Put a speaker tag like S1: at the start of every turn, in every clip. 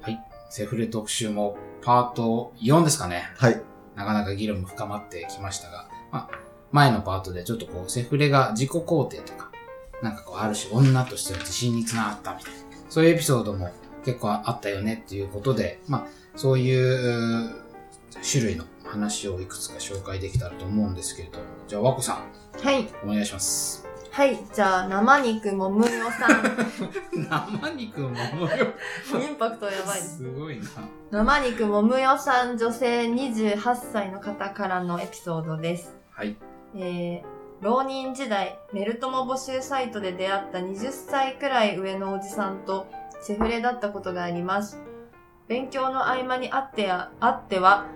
S1: はい。セフレ特集もパート4ですかね。
S2: はい。
S1: なかなか議論も深まってきましたが、まあ、前のパートでちょっとこう、セフレが自己肯定とか、なんかこう、ある種女としての自信につながったみたいな、そういうエピソードも結構あったよねっていうことで、まあ、そういううー種類の話をいくつか紹介できたらと思うんですけれども、じゃあ、和子さん、
S3: はい。
S1: お願いします。
S3: はい。じゃあ、生肉もむよさ ん。
S1: 生肉ももよ。
S3: インパクトやばいで す。
S1: すごいな。
S3: 生肉もむよさん、女性28歳の方からのエピソードです。
S1: はい。
S3: えー、浪人時代、メルトモ募集サイトで出会った20歳くらい上のおじさんとセフレだったことがあります。勉強の合間にあってや、あっては、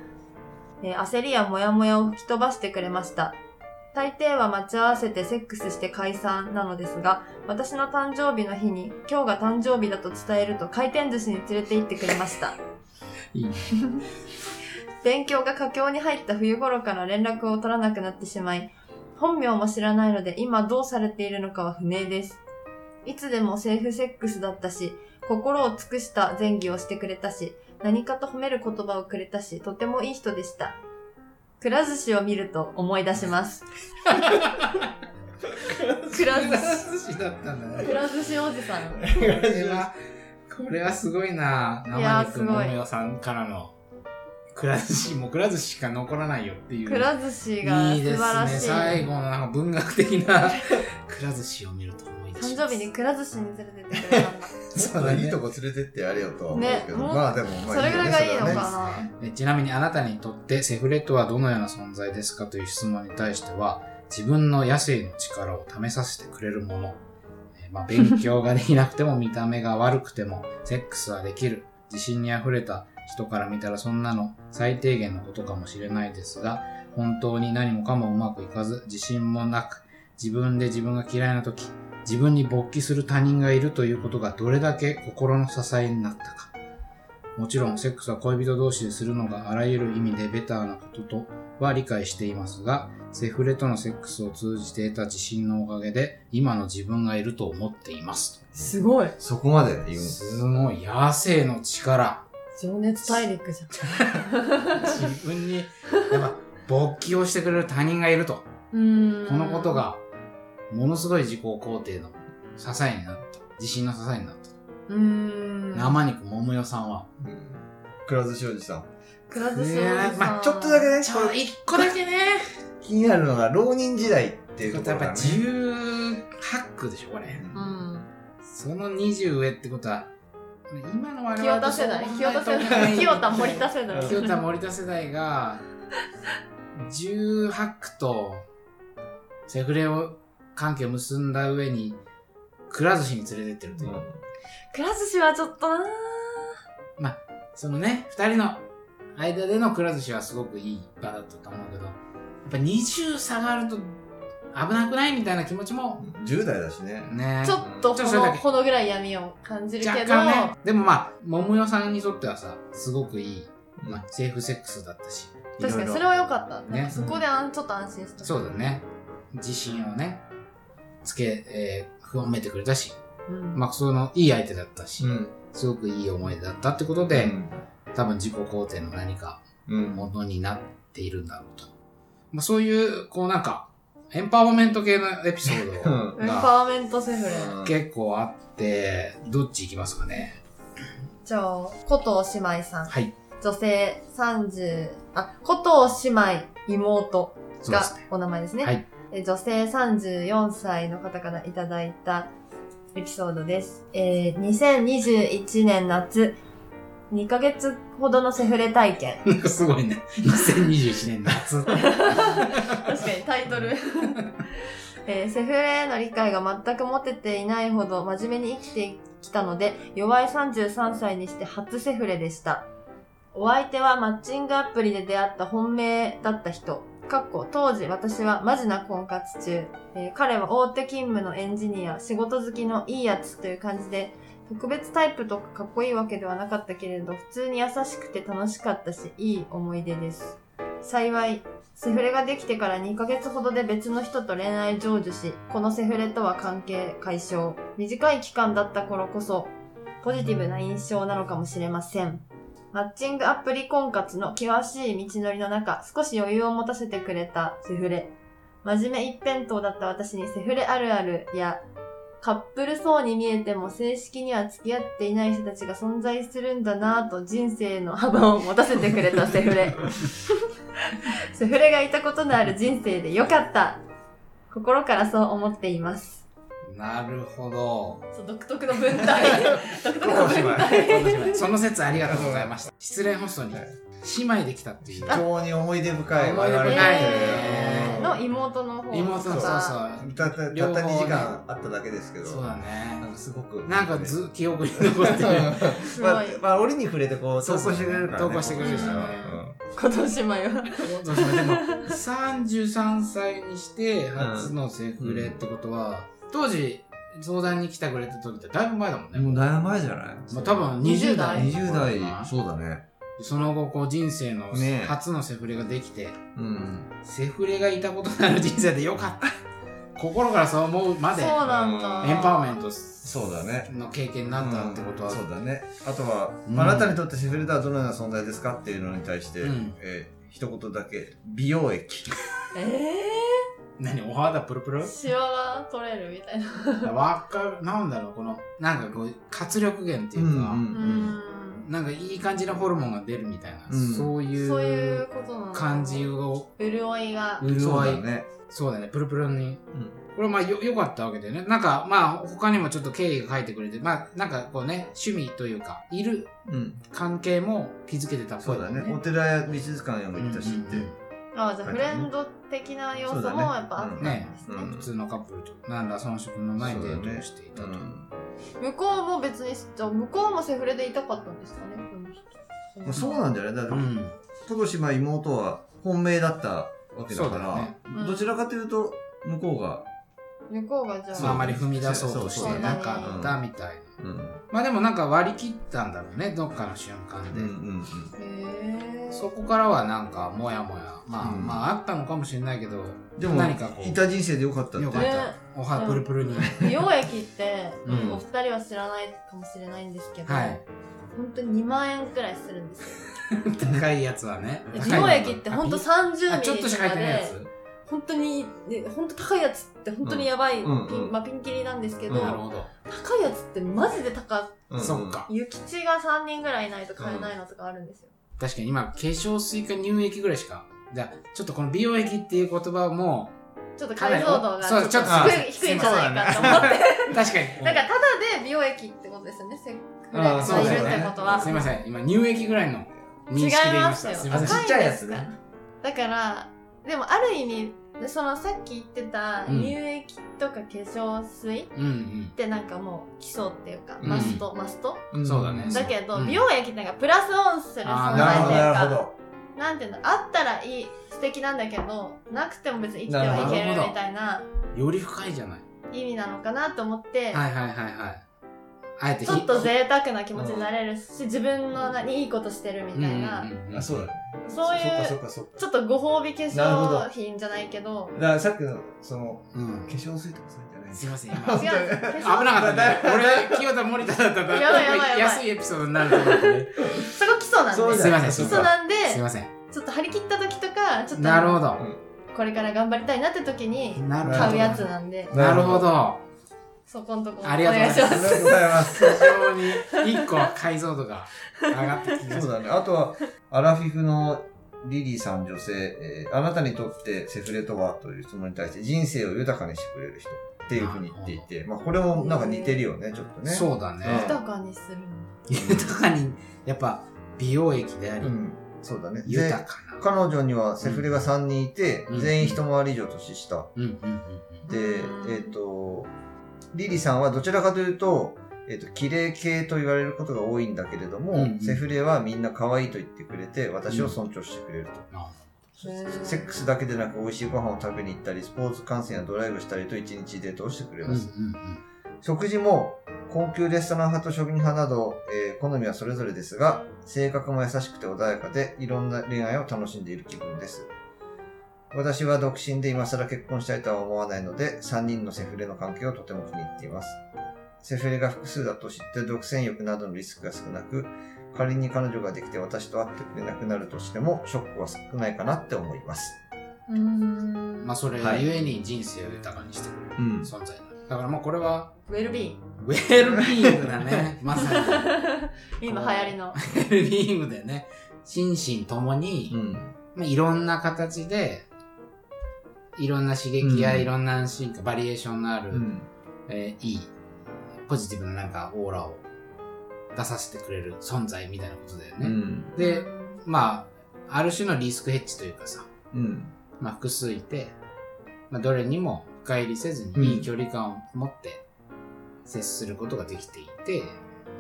S3: えー焦りやモヤモヤを吹き飛ばしてくれました。大抵は待ち合わせてセックスして解散なのですが、私の誕生日の日に今日が誕生日だと伝えると回転寿司に連れて行ってくれました。
S1: いいね。
S3: 勉強が佳境に入った冬頃から連絡を取らなくなってしまい、本名も知らないので今どうされているのかは不明です。いつでもセーフセックスだったし、心を尽くした前儀をしてくれたし、何かと褒める言葉をくれたし、とてもいい人でした。くら寿司を見ると思い出します。くら寿司。
S1: 寿司だったんだね
S3: く。ら寿司おじさん。
S1: これは、これはすごいな。
S3: い
S1: 生
S3: やー
S1: 肉ももよさんからの、くら寿司、もうくら寿司しか残らないよっていう。
S3: くら寿司が
S1: いい
S3: 素
S1: で
S3: 晴らしい。
S1: すね。最後のなんか文学的な、くら寿司を見ると思い出し
S3: 誕
S1: ます。
S3: 生日にくら寿司に連れてってくれた んだ。
S1: そ
S2: も
S1: う
S2: っ
S1: だ
S2: と
S1: ね
S2: いいとこ連れてってやれよとは思うけど、
S3: ね
S2: まあでも、まあ
S3: それぐらいがいいの
S2: よね
S3: か
S2: それはね
S3: な。
S1: えちなみにあなたにとってセフレとはどのような存在ですかという質問に対しては自分の野生の力を試させてくれるもの、えまあ、勉強ができなくても見た目が悪くてもセックスはできる自信にあふれた人から見たらそんなの最低限のことかもしれないですが本当に何もかもうまくいかず自信もなく自分で自分が嫌いな時自分に勃起する他人がいるということがどれだけ心の支えになったかもちろんセックスは恋人同士でするのがあらゆる意味でベターなこととは理解していますが、セフレとのセックスを通じて得た自信のおかげで、今の自分がいると思っています。
S3: すごい。
S2: そこまで言う。
S1: すごい、野生の力。
S3: 情熱大陸じゃん。
S1: 自分に、やっぱ、勃起をしてくれる他人がいると。
S3: うーん
S1: このこと。が、ものすごい自己肯定の支えになった。自信の支えになった。
S3: うーん。
S1: 生肉ももよさんは。
S2: うんくら寿司おじさん。
S3: くら寿司おじさん。
S1: ま
S2: ちょっとだけ。ね、これ
S1: 一個だけね。
S2: 気になるのが、浪人時代って
S1: や
S2: い
S1: っ
S2: うところ
S1: ぱ
S2: がね。
S1: 18区でしょ、これ。
S3: うん。
S1: その20上ってことは、今の我
S3: 清
S1: 々
S3: 田
S1: と
S3: 世代。
S1: そん
S3: 清田
S1: な
S3: 世
S1: 遠くな
S3: 代。
S1: い
S3: 清田森田世代。
S1: 清田森田世代が、18区とセフレを関係を結んだ上に、くら寿司に連れてってるという。
S3: くら寿司はちょっとなー
S1: そのね、二人の間でのくら寿司はすごくいい場だったと思うけど、やっぱ20下がると危なくないみたいな気持ちも、
S2: うん10代だしね。
S1: ね。
S3: ちょっとこ
S1: ちょっとそれだ
S3: の、
S1: け
S3: このぐらい闇を感じる
S1: 若
S3: けど、
S1: 干ね。でもまあ、桃代さんにとってはさ、すごくいい、まあ、セーフセックスだったし。
S3: 確
S1: いろ
S3: かに
S1: いろ
S3: それは良かった。
S1: ね
S3: なんかそこであんちょっと安心した。
S1: そうだね。自信をね、つけ、えー、褒めてくれたし、
S3: うん。
S1: まあ、その、いい相手だったし、
S2: うん。
S1: すごくいい思い出だったってことで、多分自己肯定の何か
S2: うん。
S1: ものになっているんだろうと。まあ、そういう、こうなんか、エンパワーメント系のエピソード
S3: エンパ
S1: が
S3: ワーメントセフレ。
S1: 結構あって、どっち行きますかね。
S3: じゃあ、古藤姉妹さん。
S1: はい。
S3: 女性30、あ、古藤姉妹妹。
S1: そう
S3: が
S1: ですね。
S3: お名前ですね。
S1: はい
S3: え女性34歳の方からいただいたエピソードです。えー、2021年夏、2ヶ月ほどのセフレ体験。
S1: なんかすごいね。2021年夏。
S3: 確かにタイトル、えーセフレへの理解が全く持てていないほど真面目に生きてきたので弱い33歳にして初セフレでしたお相手はマッチングアプリで出会った本命だった人かっこ当時私はマジな婚活中、えー彼は大手勤務のエンジニア仕事好きのいいやつという感じで特別タイプとかかっこいいわけではなかったけれど普通に優しくて楽しかったしいい思い出です幸いセフレができてから2ヶ月ほどで別の人と恋愛成就し、このセフレとは関係解消。短い期間だった頃こそ、ポジティブな印象なのかもしれません。マッチングアプリ婚活の険しい道のりの中、少し余裕を持たせてくれたセフレ。真面目一辺倒だった私にセフレあるあるや、カップルそうに見えても正式には付き合っていない人たちが存在するんだなぁと人生の幅を持たせてくれたセフレ。セフレがいたことのある人生でよかった心からそう思っています。
S1: なるほ ど。
S3: そう独特の文体。独特の文
S1: 今度
S3: 体。
S1: 姉妹その説ありがとうございました。失恋ホストに
S2: はい
S1: 姉妹できたっていう
S2: 非。常に思い出深い
S1: 思い出深い
S2: 我々
S1: ね
S3: の妹の方の
S1: 妹そうそうそう。
S2: たったたった
S1: 両方ね
S2: 2時間あっただけですけど
S1: そうだ
S2: なん
S1: ね。
S2: かすごく
S1: なんかず、記憶に残ってる。
S3: すご
S2: まあ
S3: い、
S2: まあ、折に触れてこう
S1: そ
S2: 投
S1: うそう
S2: 稿してくれるからね
S1: 投稿してくれ
S3: るしね
S2: うん
S3: 今年もよ。
S1: そうそうでも、33歳にして初のセフレってことは、当時相談に来てくれた時ってだいぶ前だもんね。
S2: もうだいぶ前じゃない
S1: まあ、多分20代の頃か
S2: 20
S1: な。
S2: 代そうだね
S1: その後、こう人生の
S2: ねえ
S1: 初のセフレができて、
S2: うん
S1: セフレがいたことのある人生でよか った。心からそう思うまで
S3: そう、なんだ。
S1: エンパワーメ
S3: ン
S1: ント
S2: そうだね
S1: の経験になったってことは、
S2: うんそうだねあとは、
S1: うん
S2: あなたにとってシェフレとはどのような存在ですかっていうのに対して、
S1: うん
S2: えー一言だけ美容液
S3: ト。え
S1: 何お肌プルプル
S3: ぇシワは取れるみたいな。
S1: わかる。なんだろう、この、なんかこう、活力源っていうか、
S2: うん
S3: うー
S1: なんかいい感じのホルモンが出るみたいな、
S2: うん
S1: そうい
S3: ん。そういう
S1: う
S3: ことなの
S1: 感じ。を
S3: 潤いが。
S1: 潤い
S2: そうだね
S1: そうだねプルプルに、
S2: うん
S1: これまあよよかったわけだよねなんかまあ他にもちょっと経緯が書いてくれてまあなんかこうね趣味というかいる
S2: うん
S1: 関係も築けてたっぽ
S2: そ
S1: いう
S2: だ
S1: もん
S2: ねお寺や美術館にも行ったしって、
S1: うんうんうん
S3: あじゃあフレンド的な要素もやっぱあったんですね。
S1: 普通のカップルとなんら遜色のないデートをしていたと、
S3: 向こうも別に、じゃあ向こうもセフレでいたかったんですかね、この人
S2: まあそうなんじゃないだって、
S1: うん
S2: 今年まあ妹は本命だったわけだ
S1: そ
S2: か
S1: うだよ
S2: ら
S1: ね
S3: うん
S2: どちらかというと向こうが、
S3: 向こうがじゃ
S1: そう
S3: あ。
S1: あんまり踏み出そうとし
S2: そうだ
S1: て
S2: ね
S1: なかったみたいな、
S2: うん、
S1: まあでもなんか割り切ったんだろうねどっかの瞬間
S2: うんう
S1: で、
S2: ん
S3: へぇ
S1: そこからはなんかもやもやまあ、
S2: うん
S1: まああったのかもしれないけど
S2: うんでも
S1: 何かこう
S2: いた人生でよかったって
S1: よかっ
S3: ね
S1: たおはプルプルに、
S3: 美容液って、
S2: うん
S3: お二人は知らないかもしれないんですけど、
S1: はい
S3: 本当に2万円くらいするんですよ。
S1: 高いやつはね
S3: で
S1: 高い
S3: 美
S1: の
S3: 容液って本当30
S1: あ
S3: ミ
S1: ちょっ
S3: リ
S1: とし
S3: と
S1: か入っ
S3: か
S1: てないや
S3: で、
S1: つ
S3: 本当に、で本当高いやつって本当にやばい、
S2: うん
S3: ピ
S2: うんう
S3: ン
S2: ん
S3: まあ、ピンキリなんですけど、
S2: うん
S1: なるほど、
S3: 高いやつってマジで高
S2: うんうん
S1: そっか
S3: い、諭吉が3人ぐらいいないと買えないのとかあるんですよ。
S1: 確かに今化粧水か乳液ぐらいしかじゃあちょっとこの美容液っていう言葉も
S3: ちょっと解像度
S1: かなりおそ
S3: が
S1: うちょっと
S3: 低い
S1: す
S3: 低
S1: い
S3: いん
S1: ま
S3: じ
S1: せん
S3: ゃないかと思って。
S1: 確かに
S3: だからただで美容液ってことですよね、セックレ
S2: あー
S3: が
S2: そう
S3: い
S2: だ
S3: る
S2: よ
S3: っ
S2: ね
S3: てことは。
S1: すいません今乳液ぐらいの認識で言いました
S3: 違います
S1: い
S3: よ
S1: ません
S3: 高
S2: ちっちゃいやつね
S3: だからでもある意味でそのさっき言ってた
S1: うん
S3: 乳液とか化粧水っ
S1: うん
S3: てなんかもう基礎っていうか、
S1: うん
S3: マストマスト
S1: うんそうだね
S3: だけど、
S1: うん
S3: 美容液ってなんかプラスオンする
S1: あー
S3: 存
S2: な
S3: 在
S2: るほ
S3: というか
S2: どなるほど
S3: なんていうのあったらいい素敵なんだけどなくても別に生きてはいける
S1: なるほど
S3: みたいな
S1: より深いじゃない
S3: 意味なのかなと思って、
S1: はいはいはいはいあえて
S3: ちょっと贅沢な気持ちになれるし、自分の何いいことしてるみたいな、
S1: うんうんうん
S2: あそうだね
S3: そういう
S2: そっかそっかそっか
S3: ちょっとご褒美化
S2: なるほど
S3: 粧品じゃないけど
S2: だからさっきのその
S1: うん
S2: 化粧水とかそういうんじゃない
S1: すいません
S3: 違
S1: 今
S3: うん です化
S1: 危な
S3: 粧
S1: かったね俺清田森田だったら
S3: やばいやばいやばい
S1: 安いエピソードになると思ってね
S3: そこ基礎なん
S2: そう
S3: で
S2: だ
S1: すいません
S3: 基
S1: そう
S3: 礎
S1: か
S3: なんです
S1: いません
S3: ちょっと張り切った時とかちょっ
S1: なるほ
S3: と
S1: ど
S3: これから頑張りたいなって時に
S1: なるほど
S3: 買うやつなんで
S1: なるほど
S3: そこんとこお
S1: ありがとうご
S3: 願い
S1: ざ
S3: し
S1: い
S3: ま
S2: ありが
S3: す
S2: とうございま
S1: 非
S2: す
S1: 常に一個解像度が上がってきま
S2: そ
S1: し
S2: う
S1: た
S2: だね。あとは、アラフィフのリリーさん女性、えーあなたにとってセフレとはという質問に対して人生を豊かにしてくれる人っていうふうに言っていて、まあこれもなんか似てるよね、ちょっとね。う。
S1: そうだね
S3: 豊かにする
S1: 豊かにやっぱ美容液であり
S2: ん。そうだね。
S1: 豊
S2: で
S1: かな
S2: 彼女にはセフレが3人いて、
S1: うん
S2: 全員一回り以上年下。
S1: うんうんうん
S2: で
S3: う、ん
S2: えっ、と、リリーさんはどちらかというと、えっ、と、綺麗系と言われることが多いんだけれども、
S1: うんうん
S2: セフレはみんな可愛いと言ってくれて、私を尊重してくれると。
S1: あ
S3: へー
S2: セックスだけでなく美味しいご飯を食べに行ったりスポーツ観戦やドライブしたりと一日デートをしてくれ
S1: うんう
S2: ま
S1: ん
S2: す、食事も高級レストラン派と食事派など、えー好みはそれぞれですが性格も優しくて穏やかでいろんな恋愛を楽しんでいる気分です私は独身で今更結婚したいとは思わないので3人のセフレの関係をとても気に入っていますセフレが複数だと知って独占欲などのリスクが少なく、仮に彼女ができて私と会ってくれなくなるとしても、ショックは少ないかなって思います。
S3: うーん。
S1: まあ、それ
S2: はい
S1: ゆえに人生を豊かにしてくれる
S2: うん
S1: 存在になる。だからもうこれは、
S3: ウェルビ
S1: ウェルビーイングだ ね。まさに。ウ
S3: ーン。今流行りの。
S1: ェルビーイングでね、心身ともに、
S2: うん。
S1: まあ、いろんな形で、いろんな刺激や
S2: うん
S1: いろんな安心感、バリエーションのある、
S2: うん。
S1: えーいい、ポジティブななんかオーラを出させてくれる存在みたいなことだよ
S2: う
S1: ね。
S2: ん。
S1: で、まあ、ある種のリスクヘッジというかさ、
S2: うん。
S1: まあ、複数いて、まあ、どれにも深入りせず
S2: うん
S1: にいい距離感を持って接することができていて、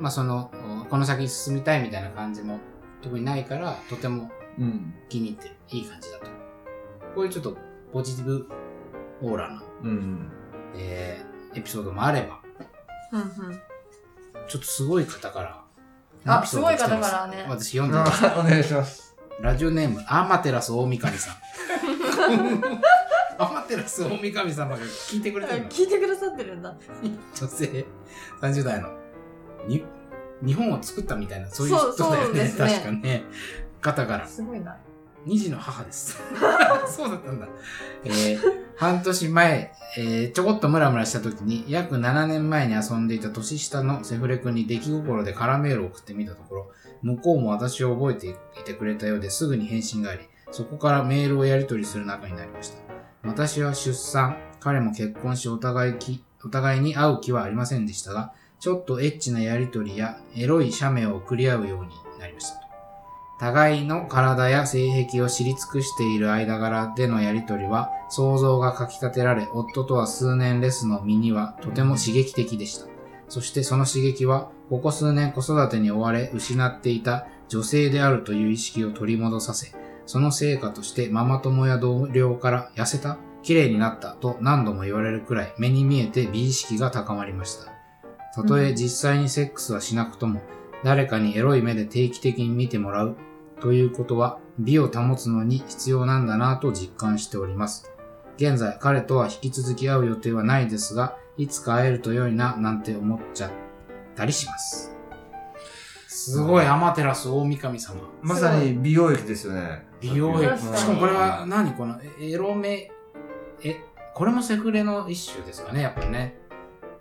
S1: まあ、その、うんこの先に進みたいみたいな感じも特にないから、とても
S2: うん。
S1: 気に入ってる。いい感じだと。こういうちょっとポジティブオーラな、
S2: うん。
S1: えーエピソードもあれば、
S3: うんうん。
S1: ちょっとすごい方から、
S3: あ
S1: エピソード来てます
S3: ごい方からね
S1: 私読んでます。
S2: あお願いします。
S1: ラジオネーム、アマテラス大神さん。アマテラス大神様が聞いてくれてるの
S3: 聞いてくださってるんだ。
S1: 女性、30代の、に、日本を作ったみたいな、そういう
S3: そう
S1: 人だよ
S3: そうで
S1: ね。
S3: すね
S1: 確かね。方から。
S3: すごいな。
S1: 二児の母 です。そうだったんだ。えー半年前、えーちょこっとムラムラした時に、約7年前に遊んでいた年下のセフレ君に出来心でカラメールを送ってみたところ、向こうも私を覚えていてくれたようですぐに返信があり、そこからメールをやり取りする仲になりました。私は出産、彼も結婚しお互いき、お互いに会う気はありませんでしたが、ちょっとエッチなやり取りやエロい写メを送り合うようになりましたと。互いの体や性癖を知り尽くしている間柄でのやりとりは想像がかき立てられ、夫とは数年レスの身にはとても刺激的でした。そしてその刺激は、ここ数年子育てに追われ失っていた女性であるという意識を取り戻させ、その成果としてママ友や同僚から痩せた綺麗になったと何度も言われるくらい目に見えて美意識が高まりました。たとえ実際にセックスはしなくとも、誰かにエロい目で定期的に見てもらうということは美を保つのに必要なんだなぁと実感しております。現在彼とは引き続き会う予定はないですが、いつか会えると良いななんて思っちゃったりします。すごい、アマテラス大神様。
S2: まさに美容液ですよね。
S1: 美容液。
S3: 確かに
S1: しかもこれは何このえエロ目、え、これもセフレの一種ですかね、やっぱね。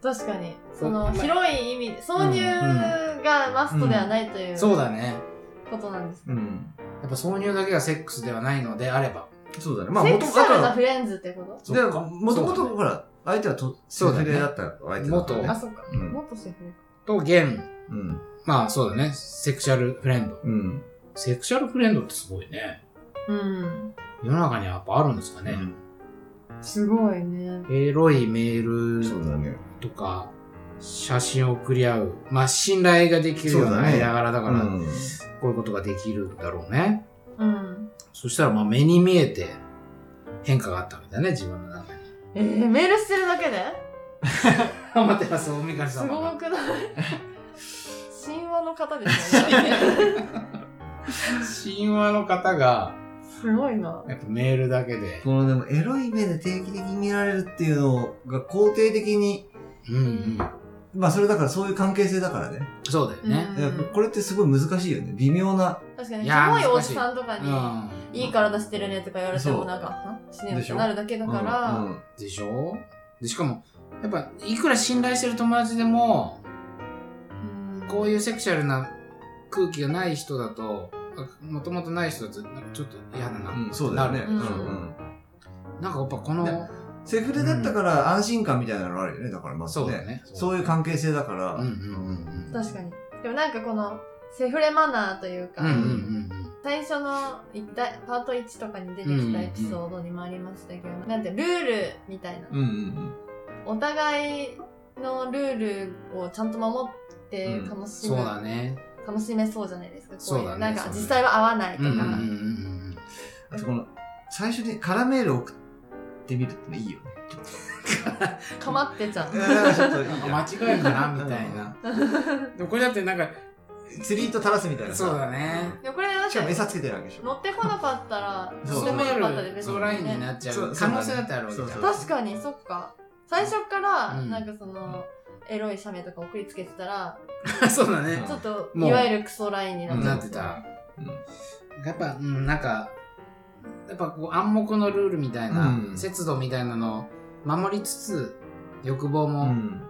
S3: 確かに。
S1: そう
S3: その、
S1: まあ
S3: 広い意味で、挿入がマストではないという
S1: そうだね。
S3: ことなんです。
S2: うん。
S1: やっぱ挿入だけがセックスではないのであれば。
S2: そうだね。
S3: セ
S2: まあ、
S3: ッ
S2: も
S3: ク
S2: と
S3: ス
S2: も
S3: シャルな
S2: と、
S3: フレンズってこと
S1: そうか
S2: もとも
S1: そうだ
S2: と、
S1: ね
S2: ほら、相手はと、セ
S1: そうだね
S2: フレだった相手だった
S1: 元
S3: あ、
S2: ね。
S3: そっか。
S2: うん
S3: もっとセフレ。
S1: と、現、
S2: うん。
S1: まあそうだね、セクシャルフレンド。
S2: うん。
S1: セクシャルフレンドってすごいね。
S3: うん。
S1: 世の中にはやっぱあるんですかね。
S3: すごいね。
S1: エロいメ
S2: うんそう
S1: ール
S2: だね。
S1: とか、写真を送り合う。まあ信頼ができるよう
S2: そう
S1: な
S2: だね
S1: 間柄だから、
S2: うん
S1: こういうことができるだろうね。
S3: うん。
S1: そしたらまあ目に見えて変化があったわけだね、自分の 中に。
S3: えー、メールしてるだけで
S1: 浜寺総三上
S3: す
S1: 様
S3: ご
S1: が。
S3: くない神話の方ですよね。
S1: 神話の方が、
S3: すごいな。
S1: やっぱメールだけで。
S2: このでも、エロい目で定期的に見られるっていうのが肯定的に、
S1: うんうん。
S2: まあ、それだからそういう関係性だからね。
S1: そうだよね。
S3: うん
S2: いやこれってすごい難しいよね。微妙な。
S3: 確かに、
S1: い
S3: キ
S1: やー
S3: モいおじさんとか
S1: う
S3: に、
S1: ん。
S3: いい体してるねとか言われて
S2: そ
S3: も
S2: う
S3: なんか、は死ねよっ
S2: でしてょ
S3: なるだけだから、
S2: うんうん
S1: でしょで、しかも、やっぱ、いくら信頼してる友達でも、
S3: うん
S1: こういうセクシャルな空気がない人だと、もともとない人だと、なんかちょっと嫌だな。
S2: うんそうだよね。
S1: な
S2: う
S1: る
S2: ん
S3: う
S2: うん
S1: なんかやっぱこ
S2: ね
S1: の、
S2: セフレだったから安心感みたいなのあるよね。だからまず
S1: そうだ
S2: ね。
S1: ね。
S2: そういう関係性だから。
S1: うんうんうんうん。
S3: 確かに。でもなんかこの、セフレマナーというか、
S1: うんうんうんうん。
S3: 最初の一体パート1とかに出てきたエピソードにもありましたけど、なんてルールみたいな、
S2: うんうん
S3: お互いのルールをちゃんと守って
S2: うん
S3: 楽し
S1: そう
S3: む、
S1: だね。
S3: 楽しめそうじゃないですか。こう
S1: そう
S3: い
S1: だね
S3: う、なん
S1: そう
S3: か
S1: だね
S3: 実際は合わないと
S1: うん
S3: か。
S1: うんうんうん。
S2: あとこの、最初にカラメール送ってみるってのいいよね。
S3: かまってちゃう。
S2: ちょっといい
S1: あ間違いかなみたいな。でもこれだってなんか、
S2: 釣り糸垂らすみたいなさ。
S1: そうだね。
S3: でもこれだっ
S2: しかも餌
S3: て、
S2: つけてるわけでしょ。
S3: 乗ってこなかったら、
S2: そ
S3: 乗
S2: う
S1: そ
S3: って
S1: う
S3: こ
S1: メ
S3: なかったで
S1: ール、
S3: 別
S1: そう
S3: に
S1: ラインに
S3: ね。
S1: なっちゃ
S2: そうう
S1: 可能性だってあるわけ
S2: そ
S1: だ
S2: う
S1: か
S2: だね
S1: ら。
S3: 確かに、そっか。最初から、
S1: うん
S3: なんかその、エロい写メとか送りつけてたら、
S1: そうだね
S2: うん
S3: ちょっと、
S1: もう
S3: いわゆるクソラインになっちゃ
S1: な
S3: う
S1: ってた
S2: うん
S1: やっぱうんなんかやっぱこう暗黙のルールみたいな、
S2: うん
S1: 節度みたいなのを守りつつ欲望
S2: う
S1: も
S2: ん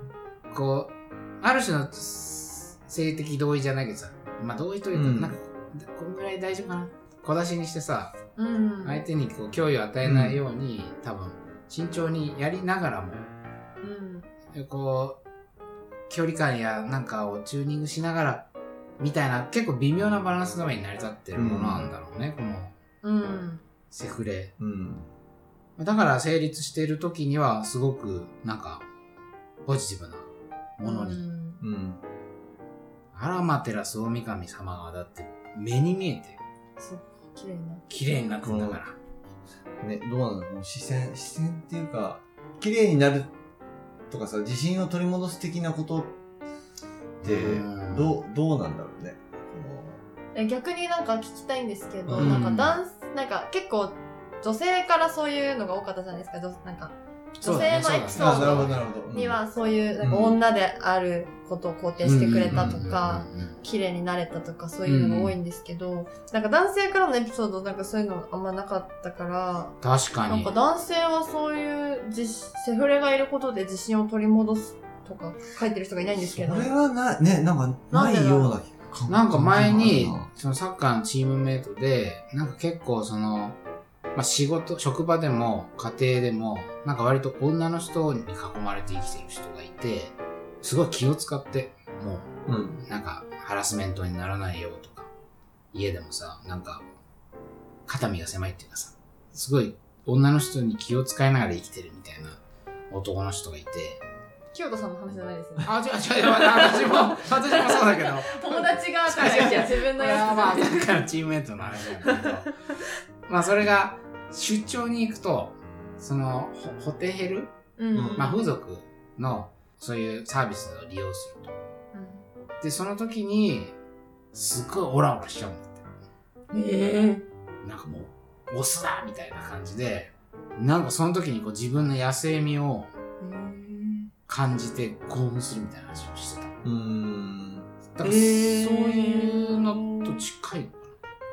S1: こうある種の性的同意じゃないけどさまあ同意というか、
S2: うん
S1: なんかこんぐらい大丈夫かな小出しにしてさ
S3: うん。
S1: 相手にこう脅威を与えないように、多分慎重にやりながらも
S3: うん。
S1: こう距離感やなんかをチューニングしながらみたいな結構微妙なバランスの上に成り立ってるものなんだろうね、この
S3: うん。
S1: セフレ
S2: うん
S1: だから成立している時にはすごくなんかポジティブなものに、
S3: うん
S2: うん
S1: あらまテラス大神様がだって目に見えて
S3: そう、綺麗な。
S1: 綺麗になってんだから、
S2: ねどうなのこの視線視線っていうか綺麗になるとかさ自信を取り戻す的なことって
S1: うん
S2: どうどうなんだろうね
S3: え逆になんか聞きたいんですけど、
S1: うん
S3: なんかダンス、なんか結構、女性からそういうのが多かったじゃないですか、女なんか。
S1: そうだね
S3: 女性のエピソ
S2: こ
S3: ー
S2: の
S3: ド
S2: あなるほどなるほど、うん
S3: にはそういう、なんか
S2: うん
S3: 女であることを肯定してくれたとか、
S1: うんうんうんうん
S3: 綺麗になれたとかそういうのが多いんですけど、なんか男性からのエピソードなんかそういうのあんまなかったから、
S1: 確か
S3: な
S1: に
S3: んか男性はそういう自セフレがいることで自信を取り戻すとか書いてる人がいないんです
S2: そ
S3: け
S2: れ
S3: ど。
S2: はなねなんかないような感
S1: なんか前に
S2: 感、
S1: そのサッカーのチームメイトで、なんか結構その、まあ、仕事、職場でも家庭でも、なんか割と女の人に囲まれて生きてる人がいて、すごい気を使って、も
S2: じがうん
S1: う、なんかハラスメントにならないようとか、家でもさ、なんか、肩身が狭いっていうかさ、すごい女の人に気を使いながら生きてるみたいな男の人がいて、
S3: 清田さんの話じゃないですよね。
S1: あ、違う違う違う、私も、 私もそうだけど、
S3: 友達がとか言って自分
S1: こ
S3: の
S1: れは
S3: や
S1: まあ、
S3: つ
S1: だからチームメイトのあれだけど、まあ、それが、出張に行くと、その、ホホテヘル、
S3: うん
S1: まあ、風俗の、そういうサービスを利用すると。で、その時に、すっごいオラオラしちゃうんだ
S3: うんえ
S1: って。なんかもう、オスだみたいな感じで、なんかその時にこう自分の野生味を感じて興奮するみたいな話をしてた。
S2: うーん
S1: だから、そう
S3: えー
S1: いうのと近い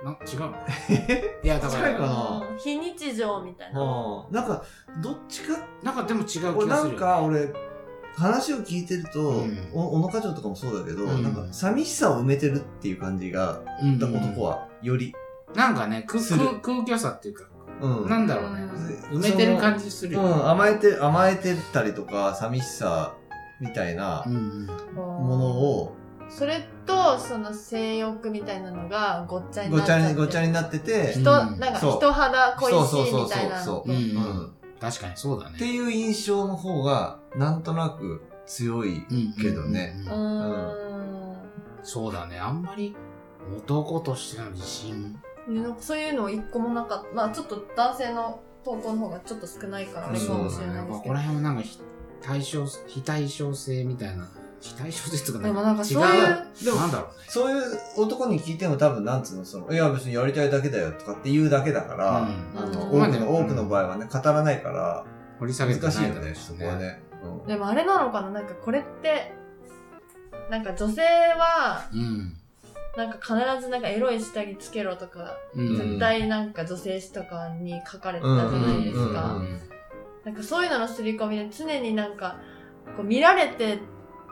S1: のかなな違うの いや、だか
S2: 近い
S1: ら
S2: か、な
S3: え。非日常みたいな。
S2: あーなんかどっちか
S1: なんかでも違う気がする。
S2: なんか俺話を聞いてると、
S1: うん
S2: お小野課長とかもそうだけど、
S1: うん
S2: なんか寂しさを埋めてるっていう感じが、
S1: うん
S2: 男はより、
S1: なんかね、空
S2: する
S1: 空空虚さっていうか、
S2: うん
S1: なんだろうね。
S2: うん
S1: 埋めてる感じする
S2: う
S1: よ。
S2: ん、甘えて甘えてたりとか寂しさみたいな
S1: うんうん
S2: ものを
S3: それとその性欲みたいなのがごっちゃに
S2: ご
S3: なっ
S2: ち
S3: ちゃ
S2: ゃ
S3: って
S2: にごちゃになってて、
S3: 人、
S1: うん
S3: なんか
S2: そう
S3: 人肌恋
S2: そうそう
S3: しい
S2: そう
S3: みた
S2: そ
S3: いな
S2: うそう、
S1: う
S2: うんん
S1: 確かにそうだね。
S2: っていう印象の方がなんとなく強い、
S1: うんうんうん
S2: けどね
S1: うん
S3: うーん
S1: そうだね。あんまり男としての自信。
S3: ねなんかそういうの一個もなかったまあちょっと男性の投稿の方がちょっと少ないからあれかもしれない
S1: こ
S3: です
S1: こ
S3: けど
S1: ら辺はなんか非対称、非対称性みたいな。非対称性っていうか、
S3: でもなんか
S1: 違
S3: そういう
S2: でも
S1: なんだろうね。
S2: そういう男に聞いても多分なんつうのそのいや別にやりたいだけだよとかって言うだけだから、
S1: うん
S2: あの
S3: うん
S2: 多く
S1: まあね
S2: の多くの場合はね語らないから
S1: 掘り下げて
S2: 難しい
S1: な
S2: よ
S1: いだろう
S2: ねそこは。ね。
S3: でもあれなのかななんかこれってなんか女性は
S1: うん。
S3: なんか必ずなんかエロい下着つけろとか、
S1: うん
S3: 絶対なんか女性誌とかに書かれてたじゃないですか、
S2: うんうんうんうん
S3: なんかそういうのの刷り込みで常になんかこう見られて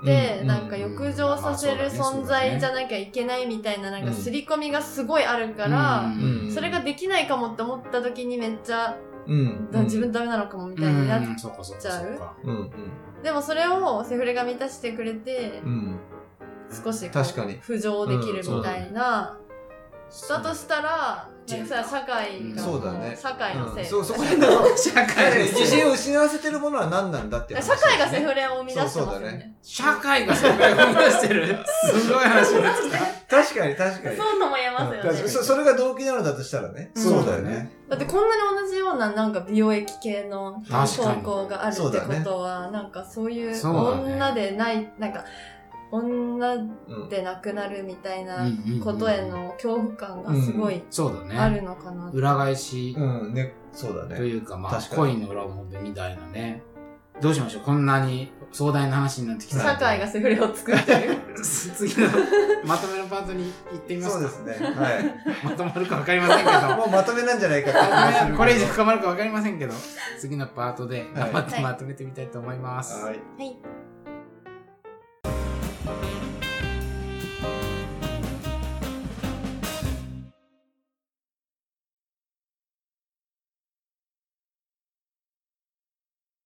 S3: て、
S1: うん
S3: なんか欲情させる存在じゃなきゃいけないみたいななんか刷り込みがすごいあるから、
S1: うん
S2: うん
S3: それができないかもって思った時にめっちゃ、
S2: うん
S3: だ自分ダメなのかもみたいになっ
S1: うん、そうかそうかそうか。
S2: うんうん
S3: でもそれをセフレが満たしてくれて
S2: うん
S3: 少しこう
S2: 確かに
S3: 浮上できるみたいな、だとしたら
S1: ジェ
S3: な
S1: ン
S3: ん
S1: ダー
S3: かさ社会
S1: うん
S3: が
S2: そうだね
S3: 社会のせい、
S2: そうそこへの
S1: 社
S2: 彼
S1: のせ
S2: に
S1: い
S2: 自信を失わせてるものは何なんだって
S3: だ
S2: 話
S3: から社会がセ
S2: ね
S3: フレを生み出してます
S2: そう
S3: よ
S2: そうだ
S3: ね。
S1: 社会がそれを生み出してるすごい話になってきた。
S2: 確かに確
S3: そ
S2: か
S3: う
S2: に
S3: とも言えます
S2: う
S3: よ
S2: ん確
S3: ね
S2: かに。そそれが動機なのだとしたらね、
S3: うん
S2: そうだよね。
S3: だってこんなに同じようななんか美容液系の
S1: 確
S3: 投
S1: かに
S3: 稿があるって
S2: そうだね
S3: ことは、なんかそういう
S1: そうだね
S3: 女でない、なんか女
S2: うん
S3: でなくなるみたいな
S1: うんうんうん
S3: ことへの恐怖感がすごい
S1: そう
S3: あ
S1: だね。
S3: るのかな。
S1: 裏返し
S2: うんねそうだ
S1: と
S2: ね
S1: いうか、まあ、
S2: 確かに
S1: 恋の裏表みたいなね。どうしましょうこんなに壮大な話になってきた
S3: 社会がセフレを作ってる。
S1: 次のまとめのパートに行ってみます
S2: そう
S1: か
S2: ですね。はい。
S1: まとまるか分かりま せんけど
S2: もうまとめなんじゃないかって気がするけど
S1: これ以上深まるか分かりませんけど次のパートで頑張ってまとめてみたいと思います、
S2: はい。
S3: はい。